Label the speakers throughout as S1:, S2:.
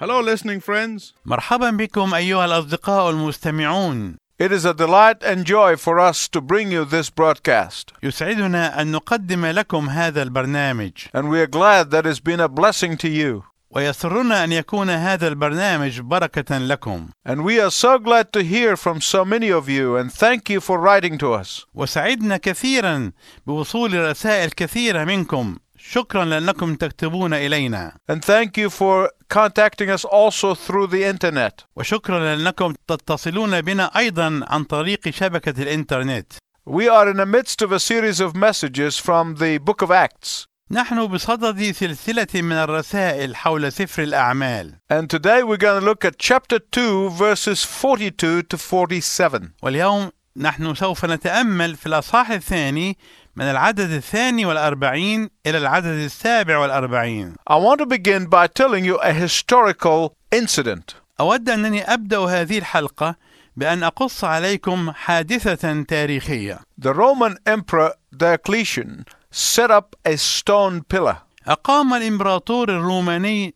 S1: Hello, listening friends.
S2: مرحبا بكم أيها الأصدقاء المستمعون
S1: It is a delight and joy for us to bring you this broadcast,
S2: يسعدنا أن نقدم لكم هذا البرنامج
S1: and we are glad that it's been a blessing to you.
S2: ويسرنا أن يكون هذا البرنامج بركة لكم
S1: And we are so glad to hear from so many of you, and thank you for writing to us.
S2: وسعدنا كثيرا بوصول رسائل كثيرة منكم شكرا لأنكم تكتبون إلينا
S1: And thank you for contacting us also through the internet.
S2: وشكرا لأنكم تتصلون بنا أيضا عن طريق شبكة الإنترنت
S1: We are in the midst of a series of messages from the book of Acts,
S2: نحن بصدد سلسلة من الرسائل حول سفر الأعمال
S1: and today we're going to look at chapter 2, verses 42 to 47.
S2: واليوم نحن سوف نتأمل في الأصحاح الثاني من العدد الثاني والأربعين إلى العدد السابع والأربعين
S1: I want to begin by telling you a historical incident.
S2: أود أنني أبدأ هذه الحلقة بأن أقص عليكم حادثة تاريخية
S1: The Roman Emperor Diocletian set up a stone pillar,
S2: أقام الإمبراطور الروماني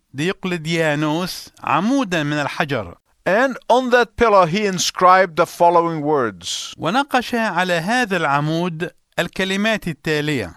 S2: ديوقلديانوس عمودا من الحجر
S1: and on that pillar he inscribed the following words
S2: ونقش على هذا العمود الكلمات التالية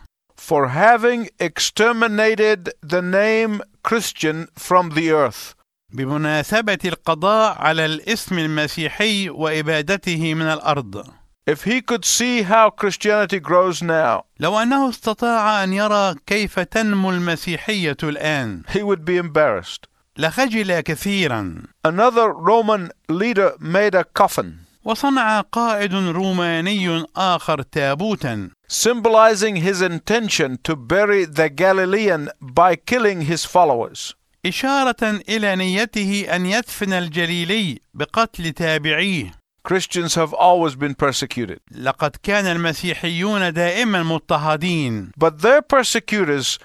S1: For having exterminated the name Christian from the earth.
S2: بمناسبة القضاء على الاسم المسيحي وإبادته من الأرض
S1: If he could see how Christianity grows now,
S2: لو أنه استطاع أن يرى كيف تنمو المسيحية الآن
S1: he would be embarrassed.
S2: لخجل كثيرا
S1: Another Roman leader made a coffin,
S2: وصنع قائد روماني آخر تابوتا
S1: symbolizing his intention to bury the Galilean by killing his followers.
S2: إشارة إلى نيته أن يدفن الجليلي بقتل تابعيه
S1: Christians have always been persecuted.
S2: لقد كان المسيحيون دائما مضطهدين
S1: But their persecutors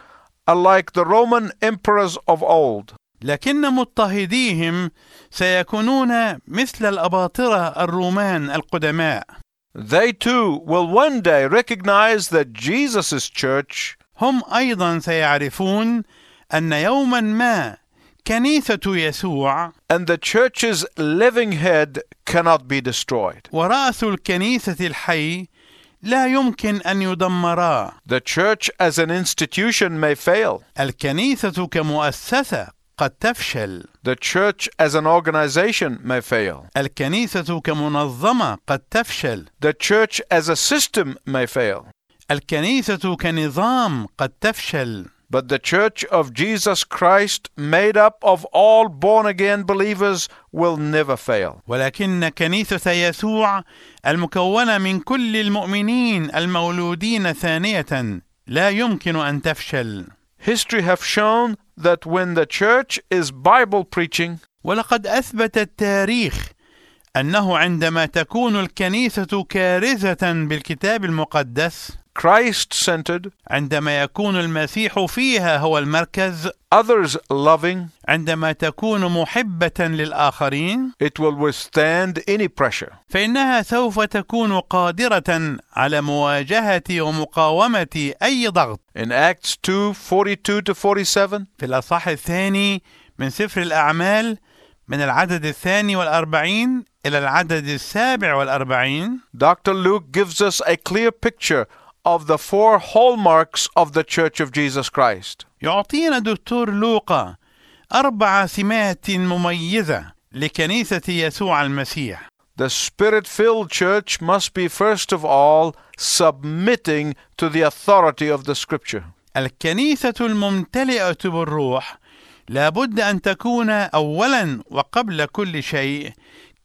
S1: are like the Roman emperors of old.
S2: لكن مضطهديهم سيكونون مثل الأباطرة الرومان القدماء
S1: They too will one day recognize that Jesus' church
S2: هم ايضا سيعرفون ان يوما ما كنيسه يسوع
S1: and the church's living head cannot be destroyed.
S2: وراس الكنيسه الحي لا يمكن ان يدمرا
S1: The church as an institution may fail,
S2: الكنيسه كمؤسسه قد تفشل
S1: the church as an organization may fail,
S2: الكنيسه كمنظمه قد تفشل
S1: the church as a system may fail.
S2: الكنيسه كنظام قد تفشل
S1: But the church of Jesus Christ, made up of all born again believers, will never fail.
S2: ولكن كنيسه يسوع المكونه من كل المؤمنين المولودين ثانيه لا يمكن ان تفشل
S1: History have shown that when the church is Bible preaching,
S2: ولقد اثبت التاريخ انه عندما تكون الكنيسه كارثه بالكتاب المقدس
S1: Christ-centered,
S2: عندما يكون المسيح فيها هو المركز
S1: others loving,
S2: عندما تكون محبه للاخرين
S1: it will withstand any pressure.
S2: فانها سوف تكون قادره على مواجهه ومقاومه اي ضغط
S1: In Acts 2, 42 to 47,
S2: في الاصح الثاني من سفر الاعمال من العدد الثاني والاربعين الى العدد السابع والاربعين
S1: Dr. Luke gives us a clear picture of the four hallmarks of the church of Jesus Christ.
S2: يعطينا دكتور لوقا أربع سمات مميزة لكنيسة يسوع المسيح
S1: The Spirit-filled church must be first of all submitting to the authority of the scripture.
S2: الكنيسة الممتلئة بالروح لابد أن تكون أولا وقبل كل شيء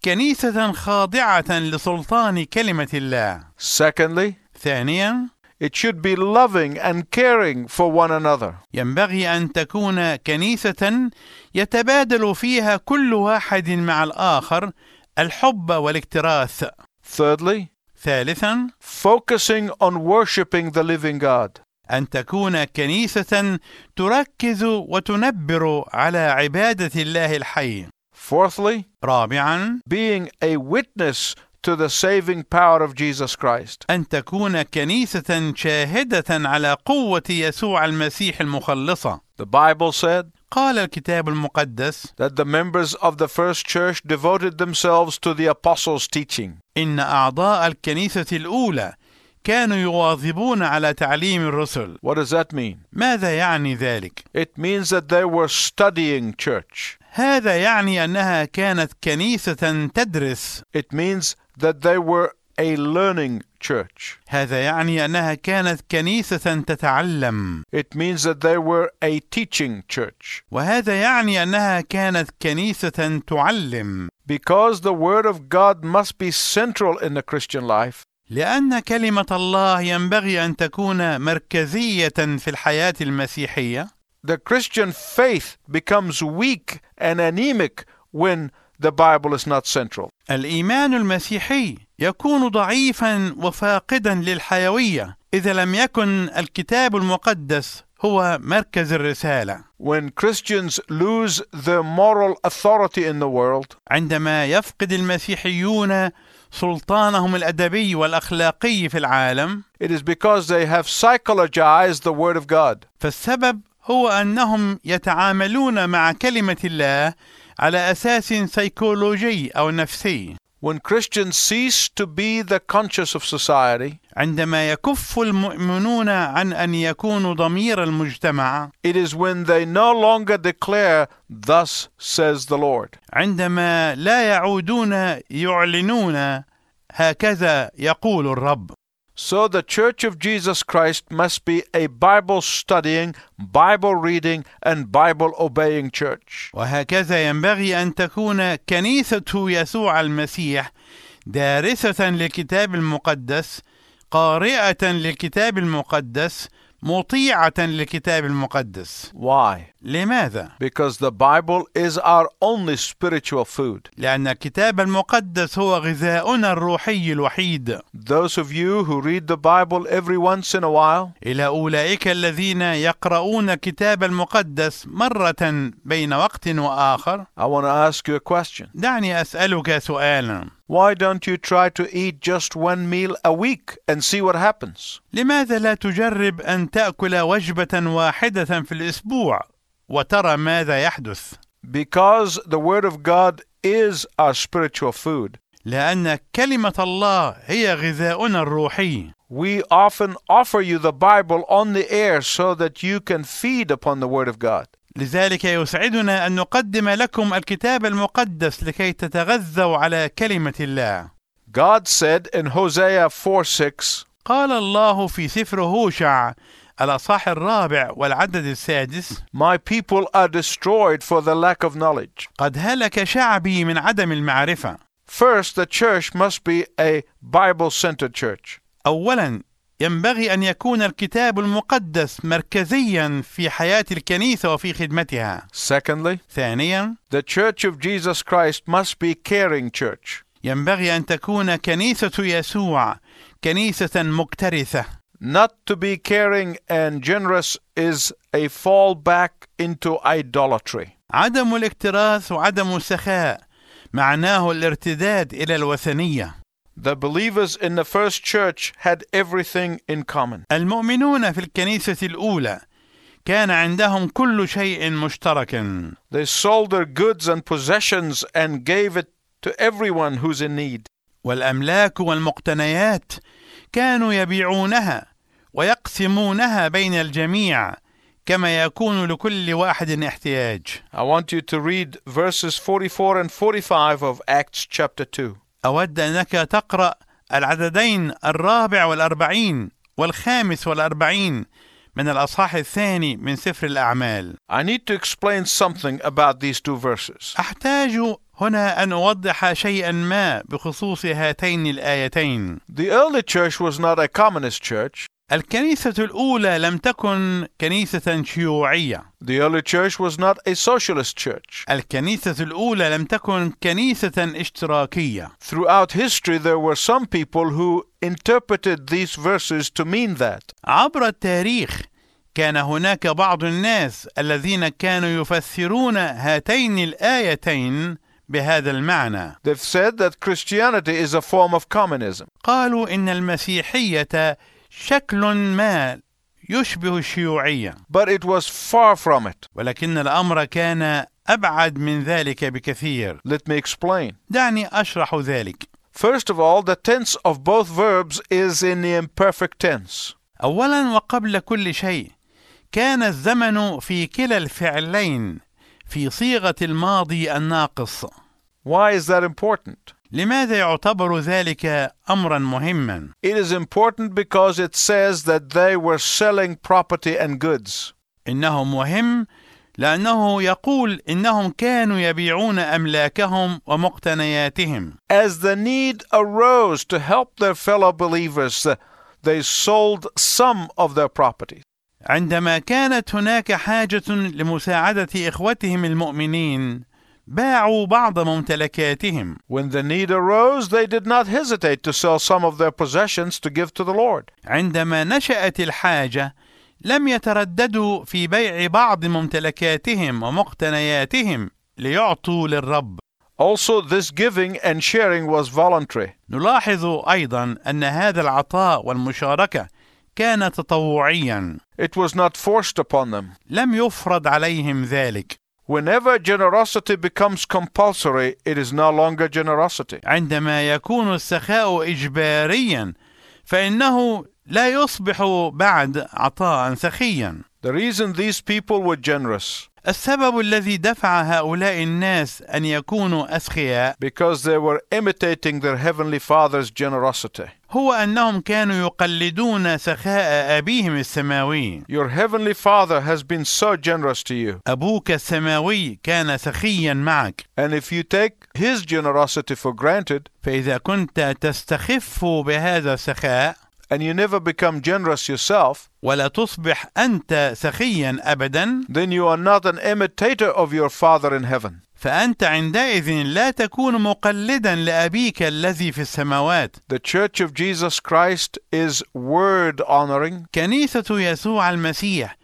S2: كنيسة خاضعة لسلطان كلمة الله
S1: Secondly,
S2: ثانيا
S1: it should be loving and caring for one another.
S2: ينبغي أن تكون كنيسة يتبادل فيها كل واحد مع الآخر الحب والاكتراث
S1: Thirdly,
S2: ثالثا
S1: focusing on worshiping the living God.
S2: أن تكون كنيسة تركز وتنبر على عبادة الله الحي.
S1: Fourthly,
S2: رابعاً،
S1: being a witness to the saving power of Jesus Christ.
S2: أن تكون كنيسة شاهدة على قوة يسوع المسيح المخلصة.
S1: The Bible said,
S2: قال الكتاب المقدس
S1: that the members of the first church devoted themselves to the apostles' teaching.
S2: إن أعضاء الكنيسة الأولى كانوا يواظبون على تعليم الرسل
S1: What does that mean?
S2: ماذا يعني ذلك؟
S1: It means that they were studying church.
S2: هذا يعني أنها كانت كنيسة تدرس
S1: It means that they were a learning church.
S2: هذا يعني أنها كانت كنيسة تتعلم
S1: It means that they were a teaching church.
S2: وهذا يعني أنها كانت كنيسة تعلم
S1: Because the Word of God must be central in the Christian life,
S2: لأن كلمة الله ينبغي أن تكون مركزية في الحياة المسيحية
S1: the Christian faith becomes weak and anemic when the Bible is not central.
S2: الإيمان المسيحي يكون ضعيفا وفاقدا للحيوية إذا لم يكن الكتاب المقدس هو مركز الرسالة
S1: When Christians lose their moral authority in the world,
S2: عندما يفقد المسيحيون سلطانهم الأدبي والأخلاقي في العالم
S1: it is because they have psychologized the Word of God.
S2: فالسبب هو أنهم يتعاملون مع كلمة الله على أساس سيكولوجي أو نفسي
S1: When Christians cease to be the conscience of society,
S2: عندما يكف المؤمنون عن أن يكونوا ضمير المجتمع
S1: it is when they no longer declare, Thus says the Lord.
S2: عندما لا يعودون يعلنون هكذا يقول الرب
S1: So the Church of Jesus Christ must be a Bible studying, Bible reading, and Bible obeying church.
S2: وهكذا ينبغي ان تكون كنيسه يسوع المسيح دارسه للكتاب المقدس قارئه للكتاب المقدس مطيعه للكتاب المقدس
S1: Why?
S2: لماذا
S1: Because the Bible is our only spiritual food.
S2: لان الكتاب المقدس هو غذاؤنا الروحي الوحيد
S1: Those of you who read the Bible every once in a while,
S2: الى اولئك الذين يقرؤون الكتاب المقدس مره بين وقت واخر
S1: I want to ask you a question.
S2: دعني أسألك سؤالا
S1: Why don't you try to eat just one meal a week and see what happens?
S2: لماذا لا تجرب أن تأكل وجبة واحدة في الأسبوع وترى ماذا يحدث
S1: Because the Word of God is our spiritual food,
S2: لأن كلمة الله هي غذاؤنا الروحي
S1: we often offer you the Bible on the air so that you can feed upon the Word of God.
S2: لذلك يسعدنا أن نقدم لكم الكتاب المقدس لكي تتغذوا على كلمة الله
S1: God said in Hosea 4 6,
S2: قال الله في سفر هوشع الأصحاح الرابع والعدد السادس
S1: My people are destroyed for the lack of knowledge.
S2: قد هلك شعبي من عدم المعرفة
S1: First, the church must be a Bible centered church.
S2: اولا ينبغي ان يكون الكتاب المقدس مركزيا في حياه الكنيسه وفي خدمتها
S1: Secondly,
S2: ثانيا
S1: the church of Jesus Christ must be caring church.
S2: ينبغي ان تكون كنيسه يسوع كنيسه مكترثه
S1: Not to be caring and generous is a fallback into idolatry.
S2: عدم الاكتراث وعدم السخاء معناه الارتداد الى الوثنيه
S1: The believers in the first church had everything in common.
S2: المؤمنون في الكنيسه الاولى كان عندهم كل شيء مشترك
S1: They sold their goods and possessions and gave it to everyone who's in need.
S2: والأملاك والمقتنيات كانوا يبيعونها ويقسمونها بين الجميع كما يكون لكل واحد احتياج
S1: I want you to read verses 44 and 45 of Acts chapter 2.
S2: أود أنك تقرأ العددين الرابع والأربعين والخامس والأربعين من الأصحاح الثاني من سفر الأعمال
S1: I need to explain something about these two verses.
S2: أحتاج هنا أن أوضح شيئا ما بخصوص هاتين الآيتين
S1: The early church was not a communist church.
S2: الكنيسة الأولى لم تكن كنيسة شيوعية
S1: The early church was not a socialist church.
S2: الكنيسة الأولى لم تكن كنيسة اشتراكية
S1: Throughout history, there were some people who interpreted these verses to mean that.
S2: عبر التاريخ كان هناك بعض الناس الذين كانوا يفسرون هاتين الآيتين بهذا المعنى
S1: They've said that Christianity is a form of communism.
S2: قالوا إن المسيحية شكل ما يشبه الشيوعية
S1: but it was far from it.
S2: ولكن الأمر كان أبعد من ذلك بكثير
S1: Let me explain.
S2: دعني أشرح ذلك
S1: First of all, the tense of both verbs is in the imperfect tense.
S2: أولا وقبل كل شيء كان الزمن في كلا الفعلين في صيغة الماضي الناقص
S1: Why is that important?
S2: لماذا يعتبر ذلك أمرا مهما؟
S1: It is important because it says that they were selling property and goods.
S2: إنه مهم لأنه يقول إنهم كانوا يبيعون أملاكهم ومقتنياتهم
S1: As the need arose to help their fellow believers, they sold some of their property.
S2: عندما كانت هناك حاجة لمساعدة إخوتهم المؤمنين باعوا بعض ممتلكاتهم
S1: When the need arose, they did not hesitate to sell some of their possessions to give to the Lord.
S2: عندما نشأت الحاجة لم يترددوا في بيع بعض ممتلكاتهم ومقتنياتهم ليعطوا للرب
S1: Also, this giving and sharing was voluntary.
S2: نلاحظ أيضا أن هذا العطاء والمشاركة كان تطوعيا
S1: It was not forced upon them.
S2: لم يفرض عليهم ذلك
S1: Whenever generosity becomes compulsory, it is no longer generosity.
S2: عندما يكون السخاء إجباريا فإنه لا يصبح بعد عطاء سخيا
S1: The reason these people were generous
S2: السبب الذي دفع هؤلاء الناس أن يكونوا أسخياء
S1: because they were imitating their heavenly Father's generosity.
S2: هو أنهم كانوا يقلدون سخاء أبيهم السماوي
S1: Your heavenly Father has been so generous to you,
S2: أبوك السماوي كان سخيا معك
S1: and if you take his generosity for granted
S2: فإذا كنت تستخف بهذا السخاء
S1: and you never become generous yourself,
S2: ولا تصبح أنت سخيا أبدا
S1: then you are not an imitator of your Father in heaven.
S2: فأنت عندئذ لا تكون مقلدا لأبيك الذي في السماوات
S1: The Church of Jesus Christ is word honoring.
S2: كنيسة يسوع المسيح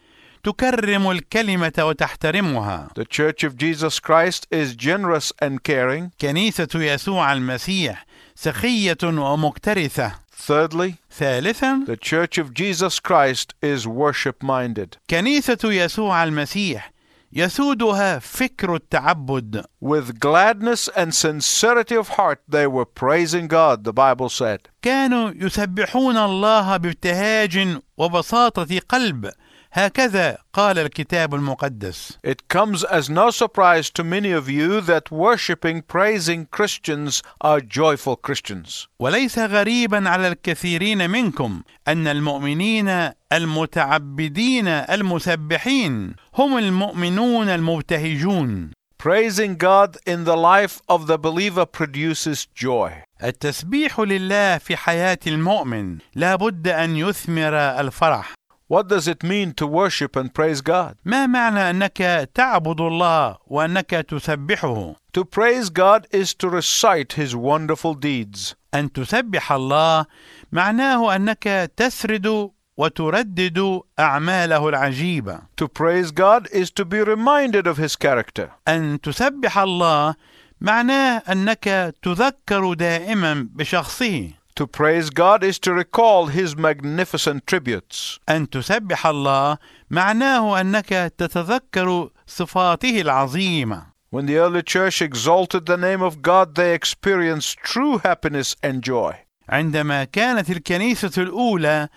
S2: تكرم الكلمة وتحترمها
S1: The Church of Jesus Christ is generous and caring.
S2: كنيسة يسوع المسيح سخية ومكترثة
S1: Thirdly,
S2: ثالثا
S1: The Church of Jesus Christ is worship minded.
S2: كنيسة يسوع المسيح يسودها فكر التعبد
S1: With gladness and sincerity of heart, they were praising God, the Bible said.
S2: كانوا يسبحون الله بابتهاج وبساطة قلب هكذا قال الكتاب المقدس
S1: It comes as no surprise to many of you that worshiping, praising Christians are joyful Christians.
S2: وليس غريبا على الكثيرين منكم أن المؤمنين المتعبدين المسبحين هم المؤمنون المبتهجون
S1: Praising God in the life of the believer produces joy.
S2: التسبيح لله في حياة المؤمن لا بد أن يثمر الفرح
S1: What does it mean to worship and praise God?
S2: ما معنى أنك تعبد الله وأنك تسبحه
S1: To praise God is to recite His wonderful deeds.
S2: أن تسبح الله معناه أنك تسرد وتردد أعماله العجيبة
S1: To praise God is to be reminded of His character.
S2: أن تسبح الله معناه أنك تذكر دائما بشخصه
S1: To praise God is to recall His magnificent tributes.
S2: أن تسبح الله معناه أنك تتذكر صفاته العظيمة
S1: When the early church exalted the name of God, they experienced true happiness and joy.
S2: عندما كانت الكنيسة الأولى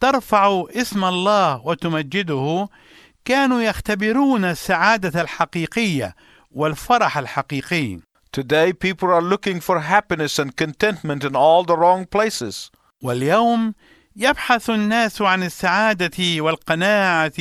S2: ترفع اسم الله وتمجده كانوا يختبرون السعادة الحقيقية والفرح الحقيقي
S1: Today, people are looking for happiness and contentment in all the wrong places.
S2: واليوم يبحث الناس عن السعادة والقناعة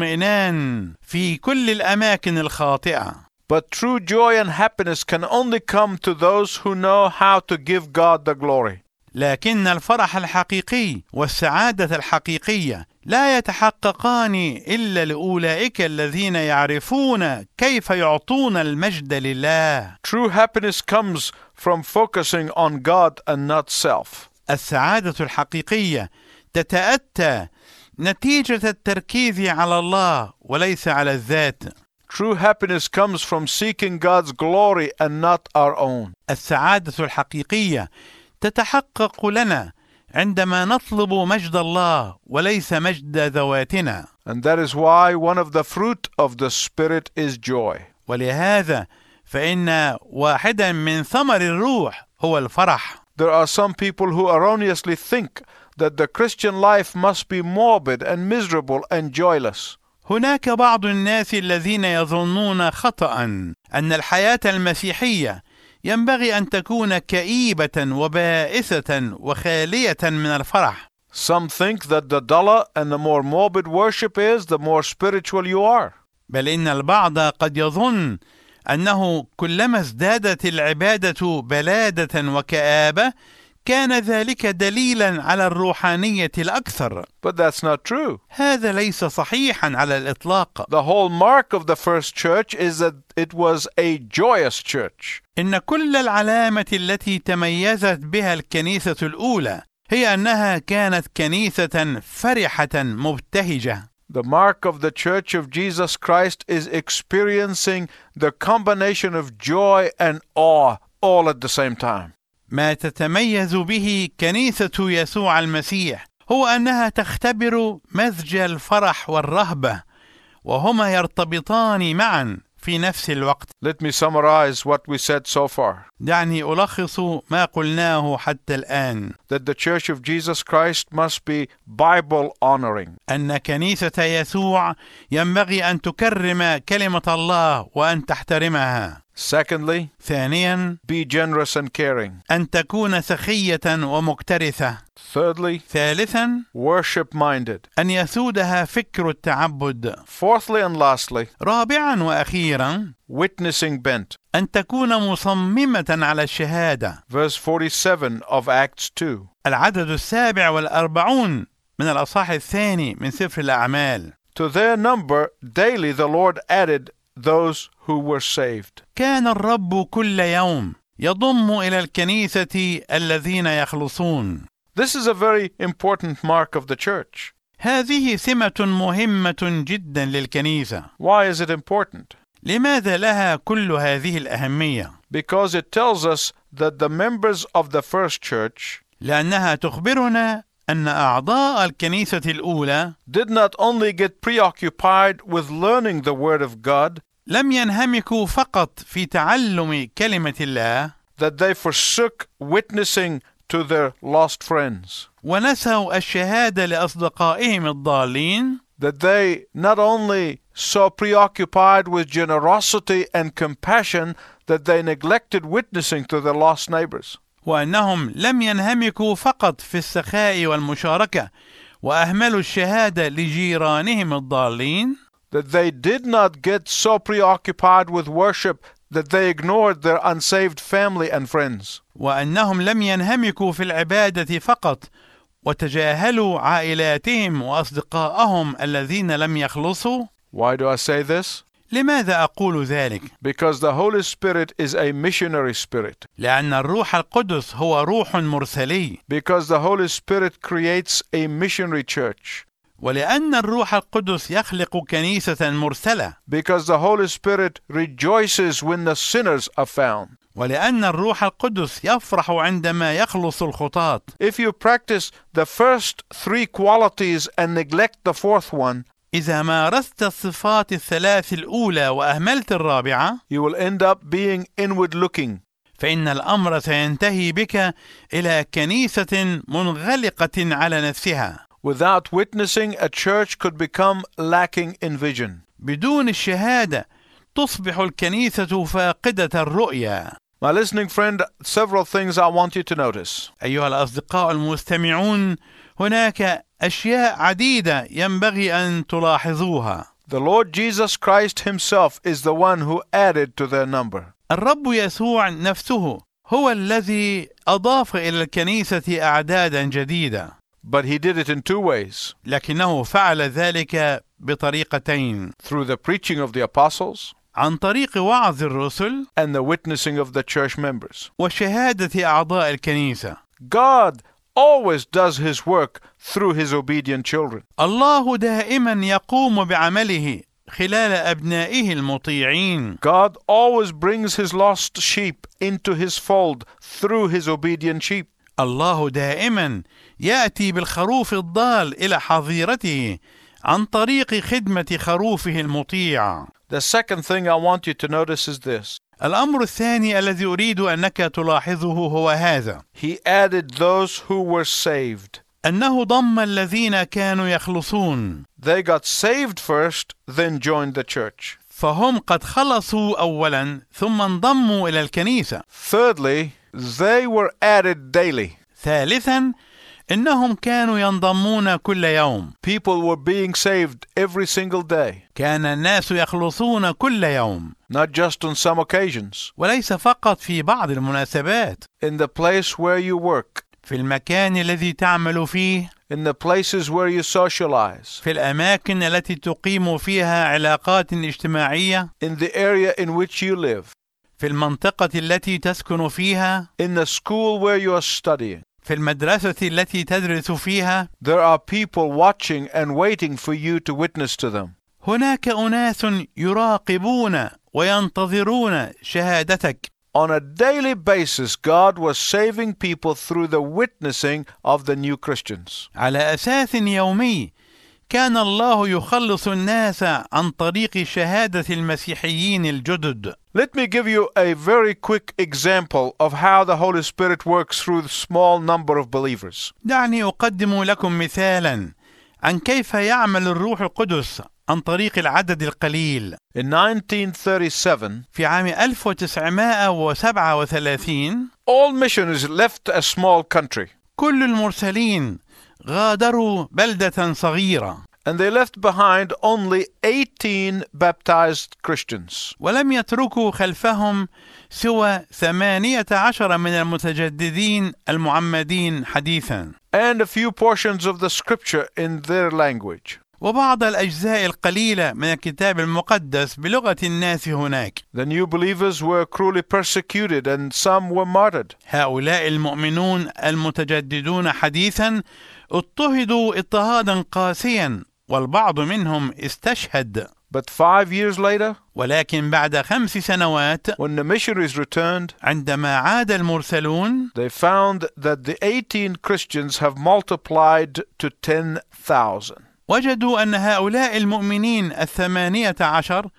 S2: والاطمئنان في كل الأماكن الخاطئة
S1: But true joy and happiness can only come to those who know how to give God the glory.
S2: لكن الفرح الحقيقي والسعادة الحقيقية لا يتحققان إلا لأولئك الذين يعرفون كيف يعطون المجد لله
S1: True happiness comes from focusing on God and not self.
S2: السعادة الحقيقية تتأتى نتيجة التركيز على الله وليس على الذات
S1: True happiness comes from seeking God's glory and not our own.
S2: السعادة الحقيقية تتحقق لنا عندما نطلب مجد الله وليس مجد ذواتنا
S1: And that is why one of the fruit of the Spirit is joy.
S2: ولهذا فإن واحدا من ثمر الروح هو الفرح
S1: There are some people who erroneously think that the Christian life must be morbid and miserable and joyless.
S2: هناك بعض الناس الذين يظنون خطأ أن الحياة المسيحية ينبغي أن تكون كئيبة وبائسة وخالية من الفرح
S1: Some think that the duller and the more morbid worship is, the more spiritual you are.
S2: بل إن البعض قد يظن أنه كلما ازدادت العبادة بلادة وكآبة كان ذلك دليلا على الروحانية الأكثر
S1: But that's not true.
S2: هذا ليس صحيحا على الإطلاق
S1: The whole mark of the first church is that it was a joyous church.
S2: إن كل العلامة التي تميزت بها الكنيسة الأولى هي أنها كانت كنيسة فرحة مبتهجة
S1: The mark of the church of Jesus Christ is experiencing the combination of joy and awe all at the same time.
S2: ما تتميز به كنيسة يسوع المسيح هو أنها تختبر مزج الفرح والرهبة وهما يرتبطان معا في نفس الوقت
S1: Let me summarize what we said so far.
S2: دعني ألخص ما قلناه حتى الآن
S1: That the church of Jesus Christ must be Bible honoring.
S2: أن كنيسة يسوع ينبغي أن تكرم كلمة الله وأن تحترمها
S1: Secondly,
S2: ثانيا
S1: be generous and caring.
S2: أن تكون سخية ومكترثة
S1: Thirdly,
S2: ثالثا
S1: worship minded.
S2: أن يسودها فكر التعبد
S1: Fourthly and lastly,
S2: رابعا واخيرا
S1: witnessing bent.
S2: ان تكون مصممه على الشهاده
S1: Verse 47 of Acts 2.
S2: العدد السابع والاربعون من الاصحاح الثاني من سفر الاعمال
S1: To their number daily the Lord added those who were saved.
S2: كان الرب كل يوم يضم الى الكنيسه الذين يخلصون
S1: This is a very important mark of the church.
S2: هذه سمه مهمه جدا للكنيسه
S1: Why is it important?
S2: لماذا لها كل هذه الاهميه
S1: Because it tells us that the members of the first church
S2: لانها تخبرنا ان اعضاء الكنيسه الاولى
S1: did not only get preoccupied with learning the Word of God,
S2: لم ينهمكوا فقط في تعلم كلمه الله
S1: that they forsook witnessing to their lost friends,
S2: ونسوا الشهادة لأصدقائهم الضالين
S1: that they not only so preoccupied with generosity and compassion that they neglected witnessing to their lost neighbors.
S2: وأنهم لم ينهمكوا فقط في السخاء والمشاركة وأهملوا الشهادة لجيرانهم الضالين
S1: that they did not get so preoccupied with worship that they ignored their unsaved family and friends.
S2: وأنهم لم ينهمكوا في العبادة فقط وتجاهلوا عائلاتهم وأصدقائهم الذين لم يخلصوا
S1: Why do I say this?
S2: لماذا أقول ذلك؟
S1: Because the Holy Spirit is a missionary spirit.
S2: لأن الروح القدس هو روح مرسلي
S1: Because the Holy Spirit creates a missionary church.
S2: ولأن الروح القدس يخلق كنيسة مرسلة
S1: Because the Holy Spirit rejoices when the sinners are found.
S2: ولأن الروح القدس يفرح عندما يخلص الخطاة
S1: If you practice the first three qualities and neglect the fourth one,
S2: إذا مارست الصفات الثلاث الأولى وأهملت الرابعة
S1: you will end up being inward looking.
S2: فإن الأمر سينتهي بك إلى كنيسة منغلقة على نفسها
S1: Without witnessing, a church could become lacking in vision.
S2: بدون الشهادة تصبح الكنيسة فاقدة الرؤية
S1: My listening friend, several things I want you to notice.
S2: أيها الأصدقاء المستمعون هناك أشياء عديدة ينبغي أن تلاحظوها
S1: The Lord Jesus Christ Himself is the one who added to their number.
S2: الرب يسوع نفسه هو الذي أضاف إلى الكنيسة أعدادا جديدة
S1: But He did it in two ways
S2: لكنه فعل ذلك بطريقتين
S1: through the preaching of the apostles
S2: عن طريق وعظ الرسل
S1: and the witnessing of the church members.
S2: وشهادة أعضاء الكنيسة
S1: God always does His work through His obedient children.
S2: الله دائما يقوم بعمله خلال أبنائه المطيعين
S1: God always brings His lost sheep into His fold through His obedient sheep.
S2: الله دائما ياتي بالخروف الضال الى حظيرته عن طريق خدمه خروفه المطيع
S1: The second thing I want you to notice is this
S2: الامر الثاني الذي اريد انك تلاحظه هو هذا
S1: He added those who were saved.
S2: انه ضم الذين كانوا يخلصون
S1: They got saved first, then joined the church.
S2: فهم قد خلصوا اولا ثم انضموا الى الكنيسه
S1: Thirdly, they were added daily.
S2: ثالثا انهم كانوا ينضمون كل يوم
S1: People were being saved every single day,
S2: كان الناس يخلصون كل يوم
S1: not just on some occasions.
S2: وليس فقط في بعض المناسبات
S1: In the place where you work,
S2: في المكان الذي تعمل فيه
S1: in the places where you socialize,
S2: في الاماكن التي تقيم فيها علاقات اجتماعيه
S1: in the area in which you live,
S2: في المنطقه التي تسكن فيها
S1: in the school where you are studying.
S2: في المدرسه التي تدرس فيها
S1: There are people watching and waiting for you to witness to them.
S2: هناك اناس يراقبون وينتظرون شهادتك
S1: On a daily basis, God was saving people through the witnessing of the new Christians.
S2: على اساس يومي كان الله يخلص الناس عن طريق شهاده المسيحيين الجدد
S1: Let me give you a very quick example of how the Holy Spirit works through the small number of believers.
S2: دعني اقدم لكم مثالا عن كيف يعمل الروح القدس عن طريق العدد القليل
S1: In 1937,
S2: في عام 1937
S1: all missionaries left a small country
S2: كل المرسلين غادروا بلدة صغيرة
S1: and they left behind only 18 baptized Christians.
S2: ولم يتركوا خلفهم سوى ثمانية عشر من المتجددين المعمدين حديثا
S1: And a few portions of the scripture in their language.
S2: وبعض الأجزاء القليلة من الكتاب المقدس بلغة الناس هناك
S1: The new believers were cruelly persecuted and some were martyred.
S2: هؤلاء المؤمنون المتجددون حديثا اضطهدوا اضطهادا قاسيا والبعض منهم استشهد
S1: But five years later,
S2: ولكن بعد خمس سنوات
S1: when the missionaries returned,
S2: عندما عاد المرسلون
S1: they found that the 18 Christians have multiplied to 10,000.
S2: وجدوا أن هؤلاء المؤمنين الثمانية عشر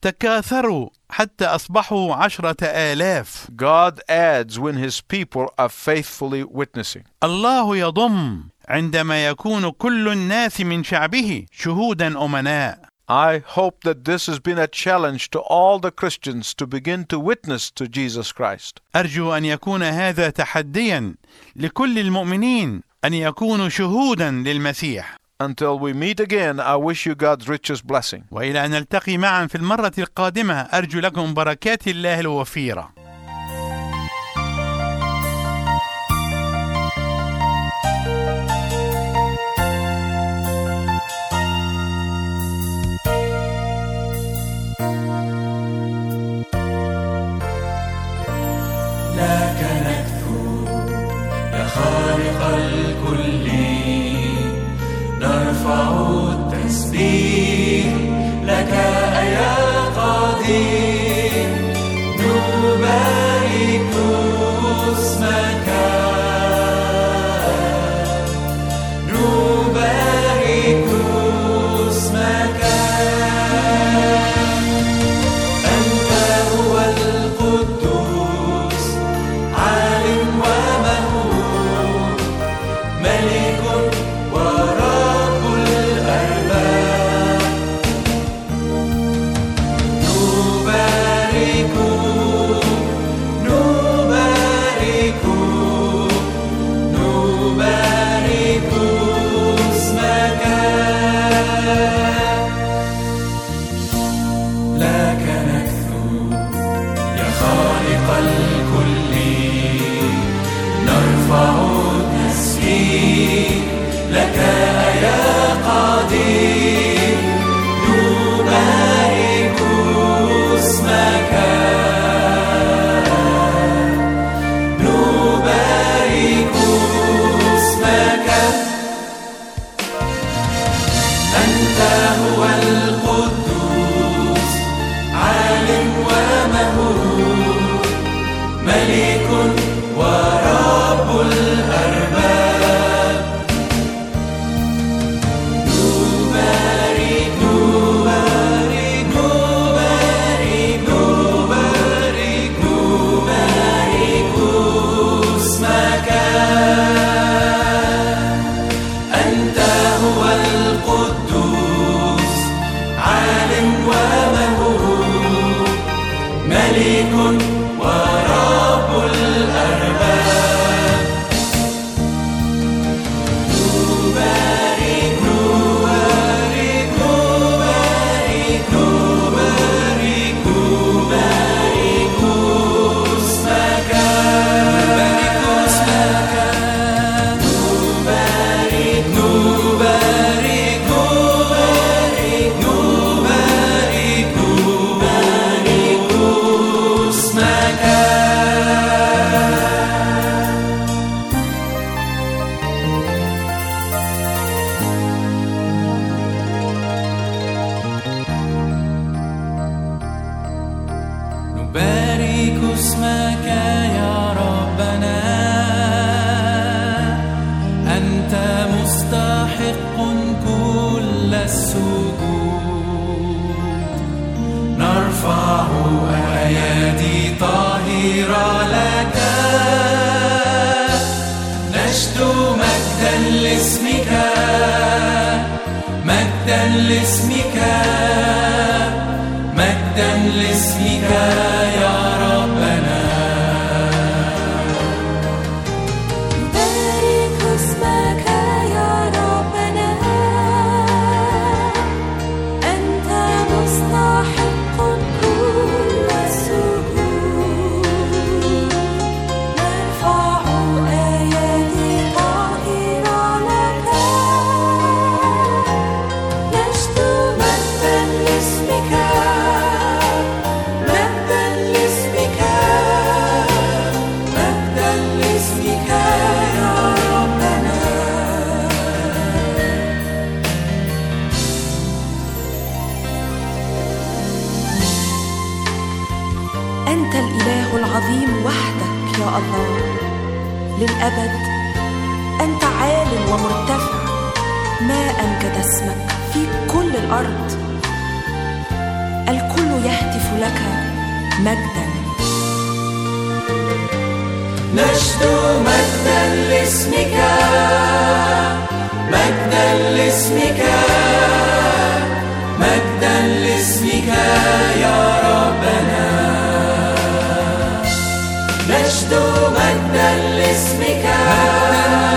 S2: تكاثروا حتى أصبحوا عشرة آلاف
S1: God adds when his people are faithfully witnessing.
S2: الله يضم عندما يكون كل الناس من شعبه شهودا أمناء
S1: I hope that this has been a challenge to all the Christians to begin to witness to Jesus Christ.
S2: أرجو أن يكون هذا تحديا لكل المؤمنين أن يكونوا شهودا للمسيح
S1: Until we meet again, I wish you God's richest blessing.
S2: وإلى أن نلتقي معا في المرة القادمة أرجو لكم بركات الله الوفيرة
S3: لك نكتب يا خالق الكل نرفع التسبيح لك أيا قدير نبارك اسمك نبارك اسمك أنت هو القدوس عالم ومهول ملك ورب الأرباب نبارك نبارك نبارك اسمك لك نكثو يا خالق الكل نرفع التسبيح لك يا قدير نبارك اسمك نبارك اسمك أنت هو القدوس عالم ومهول ملك ورب الأرض نبارك اسمك يا ربنا أنت مستحق كل السجود نرفع أيادي طاهرة لك نشدو مجدا لاسمك مجدا لاسمك مجدا لاسمك يا ربنا
S4: بارك اسمك يا ربنا أنت مستحق كل السجود نرفع أيادي طاهرة لك نشدو مجدا لاسمك مجدا لاسمك مجداً لاسمك يا ربنا أنت الإله العظيم وحدك يا الله للأبد أنت عال ومرتفع ما أمجد اسمك في كل الأرض الكل يهتف لك مجداً
S3: نشدو مجدا لاسمك مجدا لاسمك مجدا لاسمك يا ربنا نشدو مجدا لاسمك مجدا